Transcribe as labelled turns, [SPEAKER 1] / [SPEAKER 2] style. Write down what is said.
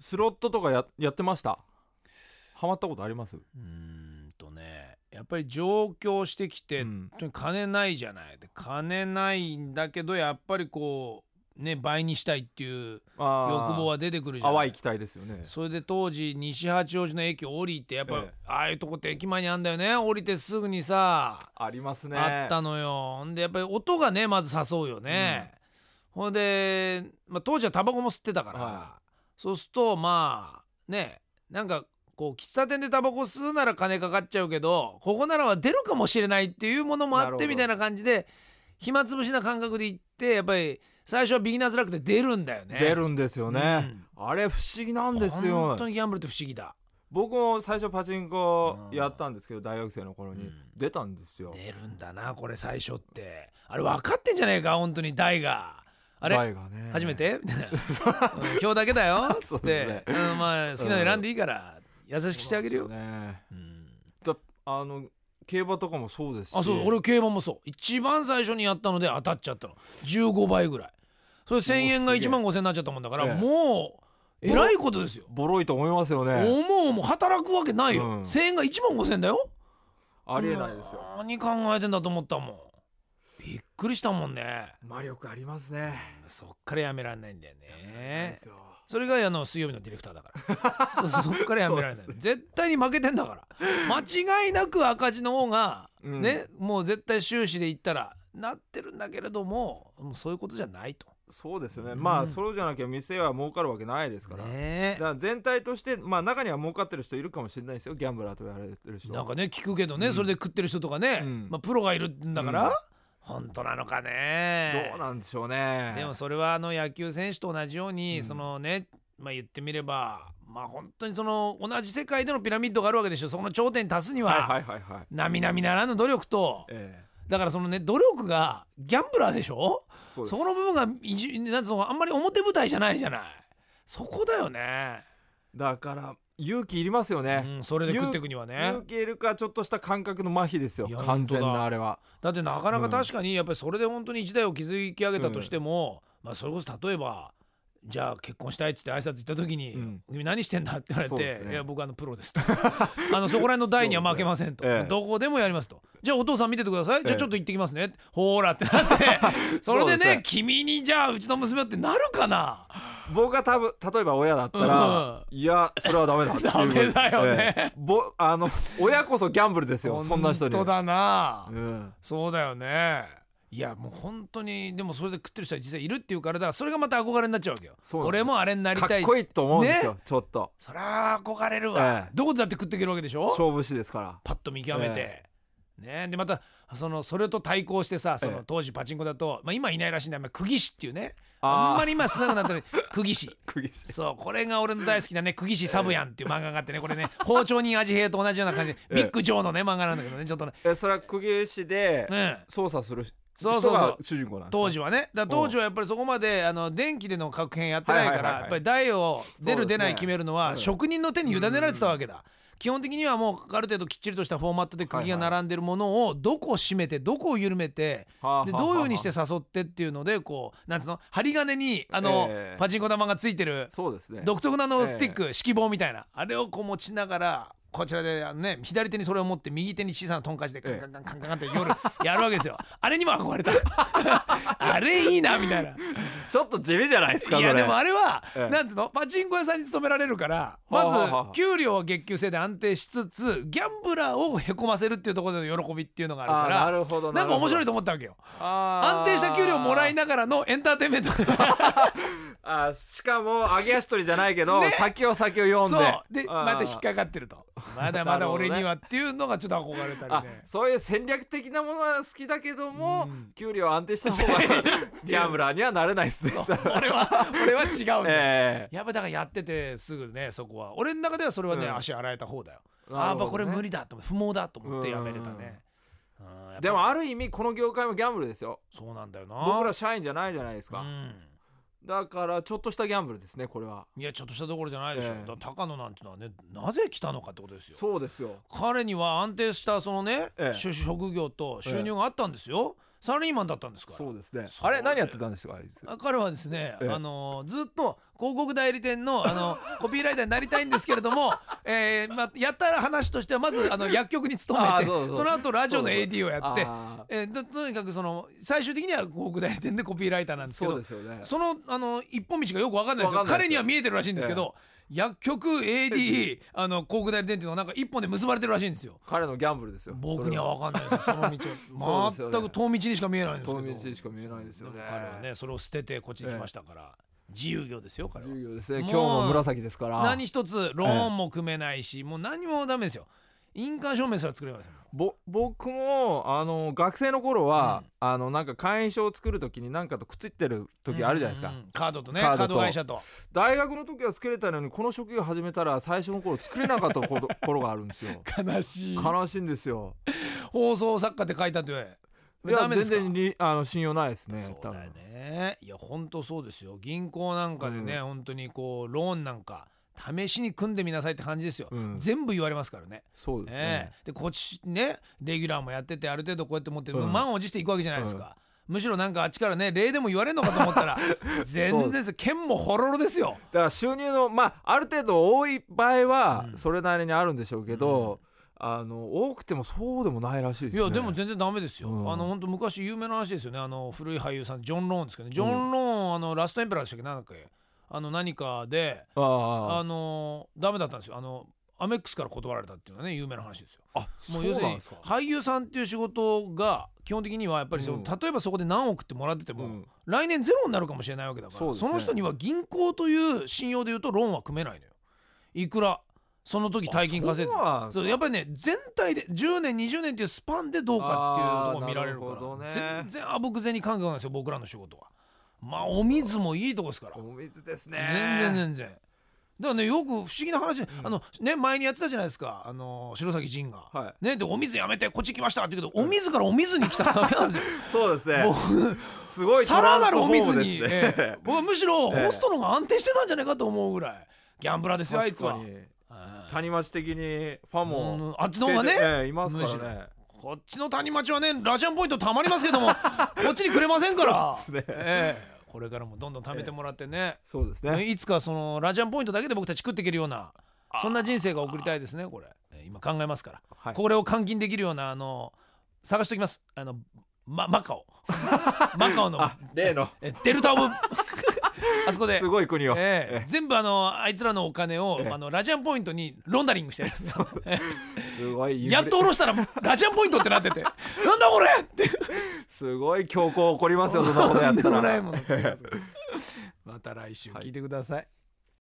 [SPEAKER 1] スロットとかややってましたハマったことあります
[SPEAKER 2] うーんとねやっぱり上京してきて、
[SPEAKER 1] うん
[SPEAKER 2] とにかく金ないじゃないで金ないんだけどやっぱりこうね倍にしたいっていう
[SPEAKER 1] あー
[SPEAKER 2] 欲望は出てくるじゃな
[SPEAKER 1] 淡
[SPEAKER 2] い
[SPEAKER 1] い期待ですよね
[SPEAKER 2] それで当時西八王子の駅を降りてやっ
[SPEAKER 1] え
[SPEAKER 2] ぱ、
[SPEAKER 1] え
[SPEAKER 2] ああいうとこって駅前にあんだよね降りてすぐにさ、
[SPEAKER 1] ありますね
[SPEAKER 2] あったのよんでやっぱり音がねまず誘うよね、ほんで、まあ、当時はタバコも吸ってたから、
[SPEAKER 1] は
[SPEAKER 2] そうするとまあねなんかこう喫茶店でタバコ吸うなら金かかっちゃうけどここならは出るかもしれないっていうものも
[SPEAKER 1] な
[SPEAKER 2] あ
[SPEAKER 1] る
[SPEAKER 2] っ
[SPEAKER 1] ほど
[SPEAKER 2] てみたいな感じで暇つぶしな感覚で行ってやっぱり最初はビギナーズラックで出るんだよね
[SPEAKER 1] 出るんですよね、あれ不思議な
[SPEAKER 2] うん
[SPEAKER 1] んですよ
[SPEAKER 2] 本当にギャンブルって不思議だ
[SPEAKER 1] 僕も最初パチンコやったんですけど大学生の頃
[SPEAKER 2] う
[SPEAKER 1] に
[SPEAKER 2] ん
[SPEAKER 1] 出たんですよ、
[SPEAKER 2] 出るんだなこれ最初ってあれ分かってんじゃねえか本当に大があれ
[SPEAKER 1] 台がね
[SPEAKER 2] 初め てみたいなうん今日だけだよっつ
[SPEAKER 1] そ
[SPEAKER 2] っ
[SPEAKER 1] うね
[SPEAKER 2] て、あのまあ好きなの選んでいいから優しくしてあげるよ、
[SPEAKER 1] そうなんですね
[SPEAKER 2] うん
[SPEAKER 1] だあの競馬とかもそうですし
[SPEAKER 2] あそう俺競馬もそう一番最初にやったので当たっちゃったの15倍ぐらいそれ1,000円が
[SPEAKER 1] おすげえ
[SPEAKER 2] 1万5,000円になっちゃったもんだから、
[SPEAKER 1] ええ
[SPEAKER 2] もうえらいことですよ、
[SPEAKER 1] ボロいと思いますよね
[SPEAKER 2] 思うも働くわけないよ、
[SPEAKER 1] うん
[SPEAKER 2] 1,000円が1万5,000円だよ
[SPEAKER 1] ありえないですよ
[SPEAKER 2] 何考えてんだと思ったもんびっくりしたもんね
[SPEAKER 1] 魔力ありますね
[SPEAKER 2] そっからやめられないんだよね
[SPEAKER 1] ですよ
[SPEAKER 2] それがあの水曜日のディレクターだから そそっからやめられない、絶対に負けてんだから間違いなく赤字の方が、
[SPEAKER 1] うん
[SPEAKER 2] ねもう絶対収支でいったらなってるんだけれどももうそういうことじゃないと
[SPEAKER 1] そうですよね、
[SPEAKER 2] うん
[SPEAKER 1] まあそうじゃなきゃ店は儲かるわけないですから、
[SPEAKER 2] ね
[SPEAKER 1] だから全体としてまあ中には儲かってる人いるかもしれないですよギャンブラーと言われてる人
[SPEAKER 2] なんかね聞くけどね、
[SPEAKER 1] うん
[SPEAKER 2] それで食ってる人とかね、
[SPEAKER 1] うん
[SPEAKER 2] まあ、プロがいるんだから、
[SPEAKER 1] うん
[SPEAKER 2] 本当なのか
[SPEAKER 1] ど
[SPEAKER 2] ね
[SPEAKER 1] うなんでしょうね
[SPEAKER 2] でもそれはあの野球選手と同じように、
[SPEAKER 1] うん
[SPEAKER 2] そのねまあ言ってみればまあ本当にその同じ世界でのピラミッドがあるわけでしょその頂点に立つには、
[SPEAKER 1] はいはいはいはい
[SPEAKER 2] 並々ならぬ努力と
[SPEAKER 1] え
[SPEAKER 2] だからそのね努力がギャンブラーでしょ
[SPEAKER 1] えそうです
[SPEAKER 2] そこの部分がいじなんつうのあんまり表舞台じゃないじゃないそこだよね、
[SPEAKER 1] だから勇気いりますよ
[SPEAKER 2] う
[SPEAKER 1] ね、
[SPEAKER 2] ん、それで食っていくにはね
[SPEAKER 1] 勇気いるかちょっとした感覚の麻痺ですよ
[SPEAKER 2] いや
[SPEAKER 1] 完全
[SPEAKER 2] 本当
[SPEAKER 1] な
[SPEAKER 2] だ
[SPEAKER 1] あれは
[SPEAKER 2] だってなかなか確かにやっぱりそれで本当に一代を築き上げたとしても、まあそれこそ例えばじゃあ結婚したいっつって挨拶行った時に「
[SPEAKER 1] うん
[SPEAKER 2] 君何してんだ?」って言われ
[SPEAKER 1] そうで
[SPEAKER 2] て
[SPEAKER 1] す
[SPEAKER 2] 「
[SPEAKER 1] ね
[SPEAKER 2] いや僕あのプロです」と あのそこら辺の台には負けませんと、
[SPEAKER 1] そうですねええ
[SPEAKER 2] どこでもやりますと「じゃあお父さん見ててください、じゃ
[SPEAKER 1] ええ
[SPEAKER 2] あちょっと行ってきますね」ほーらっ てなってそれで
[SPEAKER 1] そうです
[SPEAKER 2] ね
[SPEAKER 1] ね
[SPEAKER 2] 君にじゃあうちの娘ってなるかな
[SPEAKER 1] 僕が多分例えば親だったら、いやそれはダメだっていう
[SPEAKER 2] ダメだよね
[SPEAKER 1] ええぼあの親こそギャンブルですよそんな人に
[SPEAKER 2] 本当だな、
[SPEAKER 1] うん、
[SPEAKER 2] そうだよねいやもう本当にでもそれで食ってる人は実際いるっていうからだからそれがまた憧れになっちゃうわけよ
[SPEAKER 1] そうなんです
[SPEAKER 2] 俺もあれになり
[SPEAKER 1] かった
[SPEAKER 2] い
[SPEAKER 1] こいいと思うんですよ、
[SPEAKER 2] ね
[SPEAKER 1] ちょっと
[SPEAKER 2] そりゃ憧れるわ、
[SPEAKER 1] ええ
[SPEAKER 2] どこでだって食っていけるわけでしょ
[SPEAKER 1] 勝負師ですから
[SPEAKER 2] パッと見極めて、ねでまたそのそれと対抗してさそ
[SPEAKER 1] ええ
[SPEAKER 2] の当時パチンコだと、まあ、今いないらしいんだけど釘師っていうね
[SPEAKER 1] あー
[SPEAKER 2] あんまり今少なくなっ たね釘師
[SPEAKER 1] 釘師
[SPEAKER 2] そうこれが俺の大好きなね釘師サブヤンっていう漫画があってねこれね包丁人味平と同じような感じで
[SPEAKER 1] ええ
[SPEAKER 2] ビッグジョーのね漫画なんだけどねちょっとね、
[SPEAKER 1] えそれは釘師で
[SPEAKER 2] うん、
[SPEAKER 1] 操作する
[SPEAKER 2] そうそう
[SPEAKER 1] 人
[SPEAKER 2] そう
[SPEAKER 1] が主人公なんですね
[SPEAKER 2] 当時はねだから
[SPEAKER 1] うん
[SPEAKER 2] 当時はやっぱりそこまであの電気での確変やってないか
[SPEAKER 1] はいはいはいは
[SPEAKER 2] ら
[SPEAKER 1] い
[SPEAKER 2] やっぱり台
[SPEAKER 1] そ
[SPEAKER 2] を出
[SPEAKER 1] うですね
[SPEAKER 2] る出ない決めるの
[SPEAKER 1] うん
[SPEAKER 2] は職人の手に委ねられてたわけだ基本的にはもうある程度きっちりとしたフォーマットで
[SPEAKER 1] はい
[SPEAKER 2] 釘
[SPEAKER 1] は
[SPEAKER 2] が
[SPEAKER 1] い
[SPEAKER 2] 並んでるものをどこを締めてどこを緩めて
[SPEAKER 1] はあはあ
[SPEAKER 2] で
[SPEAKER 1] はあ
[SPEAKER 2] どういうふうにして誘ってっていうのでこうなんつうの針金にあの
[SPEAKER 1] ええ
[SPEAKER 2] パチンコ玉がついてる
[SPEAKER 1] そうですね
[SPEAKER 2] 独特なあのスティック指揮棒みたいなあれをこう持ちながらこちらであのね左手にそれを持って右手に小さなトンカチでカンカンカンカンカンって夜 やるわけですよあれにも憧れ たあれいいなみたいな
[SPEAKER 1] ちょっと地味じゃないですか
[SPEAKER 2] い
[SPEAKER 1] それ
[SPEAKER 2] やでもあれは
[SPEAKER 1] ええ
[SPEAKER 2] なんていうのパチンコ屋さんに勤められるから
[SPEAKER 1] はあはあはあ
[SPEAKER 2] まず給料は月給制で安定しつつギャンブラーをへこませるっていうところでの喜びっていうのがあ
[SPEAKER 1] あー
[SPEAKER 2] る
[SPEAKER 1] な
[SPEAKER 2] から
[SPEAKER 1] るほど
[SPEAKER 2] なんか面白い
[SPEAKER 1] と
[SPEAKER 2] と思ったわけよ
[SPEAKER 1] 安
[SPEAKER 2] 安定した給料もらい
[SPEAKER 1] な
[SPEAKER 2] ながらのエンターテインメント
[SPEAKER 1] あーしかも揚げ足取りじゃないけど、
[SPEAKER 2] ね
[SPEAKER 1] 先を先を読ん
[SPEAKER 2] そ
[SPEAKER 1] で
[SPEAKER 2] うで
[SPEAKER 1] あー
[SPEAKER 2] また引っかかって るとまだまだ俺にはっていうのがちょっと憧れた
[SPEAKER 1] あ
[SPEAKER 2] りね
[SPEAKER 1] そういう戦略的なものは好きだけども、
[SPEAKER 2] うん
[SPEAKER 1] 給料安定した方 がギャンブラーにはなれないっすね。
[SPEAKER 2] 俺は俺は違うんだよ
[SPEAKER 1] ええ
[SPEAKER 2] やっぱだからやっててすぐねそこは俺の中ではそれはね、
[SPEAKER 1] うん
[SPEAKER 2] 足洗えた方だよ、あ
[SPEAKER 1] な
[SPEAKER 2] や
[SPEAKER 1] るほ
[SPEAKER 2] っ
[SPEAKER 1] どね
[SPEAKER 2] ぱこれ無理だと思う不毛だと思ってやめれたねうんやっぱ
[SPEAKER 1] でもある意味この業界もギャンブルですよ
[SPEAKER 2] そうなんだよな
[SPEAKER 1] 僕ら社員じゃないじゃないです
[SPEAKER 2] う
[SPEAKER 1] か、
[SPEAKER 2] ん
[SPEAKER 1] だからちょっとしたギャンブルですねこれはい
[SPEAKER 2] やちょっとしたところじゃないでしょ、
[SPEAKER 1] ええ
[SPEAKER 2] だから高野なんてのはねなぜ来たのかってことですよ
[SPEAKER 1] そうですよ
[SPEAKER 2] 彼には安定したそのね、
[SPEAKER 1] ええ
[SPEAKER 2] 就職業と収入があったんですよ、サラリーマンだったんですから
[SPEAKER 1] そうですね
[SPEAKER 2] そう
[SPEAKER 1] あれ何やってたんですかあいつ
[SPEAKER 2] あ彼はですね、
[SPEAKER 1] ええ
[SPEAKER 2] あのずっと広告代理店の あのコピーライターになりたいんですけれども、えーまあ、やった話としてはまずあの薬局に勤め
[SPEAKER 1] あ
[SPEAKER 2] て
[SPEAKER 1] ーそうそう
[SPEAKER 2] の後ラジオの
[SPEAKER 1] そうそう
[SPEAKER 2] AD をやって、
[SPEAKER 1] あ
[SPEAKER 2] えーととにかくその最終的には広告代理店でコピーライターな
[SPEAKER 1] ー
[SPEAKER 2] んですけど
[SPEAKER 1] そう
[SPEAKER 2] そ
[SPEAKER 1] ですよね
[SPEAKER 2] のあの一本道がよく分かんないですよ
[SPEAKER 1] わかんないですよ
[SPEAKER 2] 彼には見えてるらしいんですけど、薬局 AD あの広告代理店っていうのはなんか一本で結ばれてるらしいんですよ。
[SPEAKER 1] 彼のギャンブルですよ
[SPEAKER 2] 僕には分かんないですその
[SPEAKER 1] そうです
[SPEAKER 2] 道
[SPEAKER 1] よ
[SPEAKER 2] は
[SPEAKER 1] ね
[SPEAKER 2] 全く遠道にしか見えないんですけど
[SPEAKER 1] 遠道しか見えないですよね
[SPEAKER 2] 彼はねそれを捨ててこっちに来ましたから、自由業ですよ彼は
[SPEAKER 1] 授業ですね今
[SPEAKER 2] もう
[SPEAKER 1] 日も紫ですから
[SPEAKER 2] 何一つローンも組めないし、もう何もダメですよ印鑑証明すら作れません
[SPEAKER 1] ぼ僕もあの学生の頃は、あのなんか会員証を作るときに何かとくっついてる時あるじゃないですか、
[SPEAKER 2] うんうんうんカードとねカ
[SPEAKER 1] カ
[SPEAKER 2] ー
[SPEAKER 1] ードと
[SPEAKER 2] ド会社と
[SPEAKER 1] 大学の時は作れたのにこの職業始めたら最初の頃作れなかった こと頃があるんですよ
[SPEAKER 2] 悲しい
[SPEAKER 1] 悲しいんです よ
[SPEAKER 2] 放送作家って書いたって
[SPEAKER 1] いや
[SPEAKER 2] ダメですか
[SPEAKER 1] 全然にあの信用ないですね
[SPEAKER 2] そうだよねいや本当そうですよ銀行なんかでね、
[SPEAKER 1] う
[SPEAKER 2] 本当にこうローンなんか試しに組んでみなさいって感じですよ、
[SPEAKER 1] 多分、うん、
[SPEAKER 2] 全部言われますからね
[SPEAKER 1] そうですね
[SPEAKER 2] ねでこっちねレギュラーもやっててある程度こうやって持って、
[SPEAKER 1] うん
[SPEAKER 2] 満を持していくわけじゃないですか、むしろなんかあっちからね礼でも言われるのかと思っ たら全然です剣もほろろですよ
[SPEAKER 1] だから収入のまあある程度多い場合は
[SPEAKER 2] うん
[SPEAKER 1] それなりにあるんでしょうけど、あの多くてもそうでもないらしいで
[SPEAKER 2] い
[SPEAKER 1] すね
[SPEAKER 2] やでも全然ダメですよ、
[SPEAKER 1] うん
[SPEAKER 2] あの本当昔有名な話ですよねあの古い俳優さんジョン・ローンですけどねジョン・ローン、あのラストエンペラーでしたっけなんだっけあの何かで
[SPEAKER 1] ああ
[SPEAKER 2] あのダメだったんですよあのアメックスから断られたっていうのはね有名な話ですよ
[SPEAKER 1] あ
[SPEAKER 2] もう要
[SPEAKER 1] そ
[SPEAKER 2] するに
[SPEAKER 1] うなんですか
[SPEAKER 2] 俳優さんっていう仕事が基本的にはやっぱりその、
[SPEAKER 1] うん
[SPEAKER 2] 例えばそこで何億ってもらってても、
[SPEAKER 1] うん
[SPEAKER 2] 来年ゼロになるかもしれないわけだか
[SPEAKER 1] そ
[SPEAKER 2] らそ,、
[SPEAKER 1] うですね
[SPEAKER 2] の人には銀行という信用でいうとローンは組めないのよいくらその時大金稼いで
[SPEAKER 1] あそうなんですか
[SPEAKER 2] そうやっぱりね全体で10年20年っていうスパンでどうかっていうところが見られる
[SPEAKER 1] あーなるほ
[SPEAKER 2] か
[SPEAKER 1] ど
[SPEAKER 2] ら
[SPEAKER 1] ね
[SPEAKER 2] 全然あ僕銭関係なんですよ僕らの仕事はまあお水もいいとこですから
[SPEAKER 1] お水ですね
[SPEAKER 2] 全然全然だからねよく不思議な話で、
[SPEAKER 1] ん
[SPEAKER 2] あのね前にやってたじゃないですかあの白崎仁が、
[SPEAKER 1] はい
[SPEAKER 2] ねでお水やめてこっち来ましたって言うけどお水からお水に来たわけなんですよ
[SPEAKER 1] そうですね
[SPEAKER 2] も
[SPEAKER 1] すごい
[SPEAKER 2] さらなるお水
[SPEAKER 1] トランス
[SPEAKER 2] に、
[SPEAKER 1] フォーム
[SPEAKER 2] え
[SPEAKER 1] です
[SPEAKER 2] え
[SPEAKER 1] ね
[SPEAKER 2] 僕はむしろ
[SPEAKER 1] ええ
[SPEAKER 2] ホストの方が安定してたんじゃないかと思うぐらいギャンブラーですよあ い
[SPEAKER 1] 確
[SPEAKER 2] つは
[SPEAKER 1] か、に
[SPEAKER 2] はい
[SPEAKER 1] 谷町的にファン
[SPEAKER 2] う
[SPEAKER 1] も
[SPEAKER 2] んあっちの方がね
[SPEAKER 1] ええいますか
[SPEAKER 2] むし
[SPEAKER 1] らね
[SPEAKER 2] こっちの谷町はねラジアンポイントたまります けどもこっちにくれませんから
[SPEAKER 1] そうですね
[SPEAKER 2] ええこれからもどんどん貯めてもらってね、
[SPEAKER 1] そうですね
[SPEAKER 2] ねいつかそのラジアンポイントだけで僕たち食っていけるようなそんな人生が送りたいですねこれえ今考えますから、
[SPEAKER 1] はい
[SPEAKER 2] これを換金できるようなあの探しておきますあの、ま、マ カオマカオの
[SPEAKER 1] あ例の
[SPEAKER 2] えデルタ オブあそこです
[SPEAKER 1] ごい国を
[SPEAKER 2] ええ
[SPEAKER 1] え
[SPEAKER 2] 全部あのあいつらのお金を、
[SPEAKER 1] ええ
[SPEAKER 2] あのラジアンポイントにロンダリングしてる
[SPEAKER 1] すごい
[SPEAKER 2] やっと下ろしたらラジアンポイントってなっ ててなんだこれって
[SPEAKER 1] すごい強行起こりますよそんなことやった
[SPEAKER 2] とんでもない
[SPEAKER 1] ら
[SPEAKER 2] もの作りますからまた来週聞いてください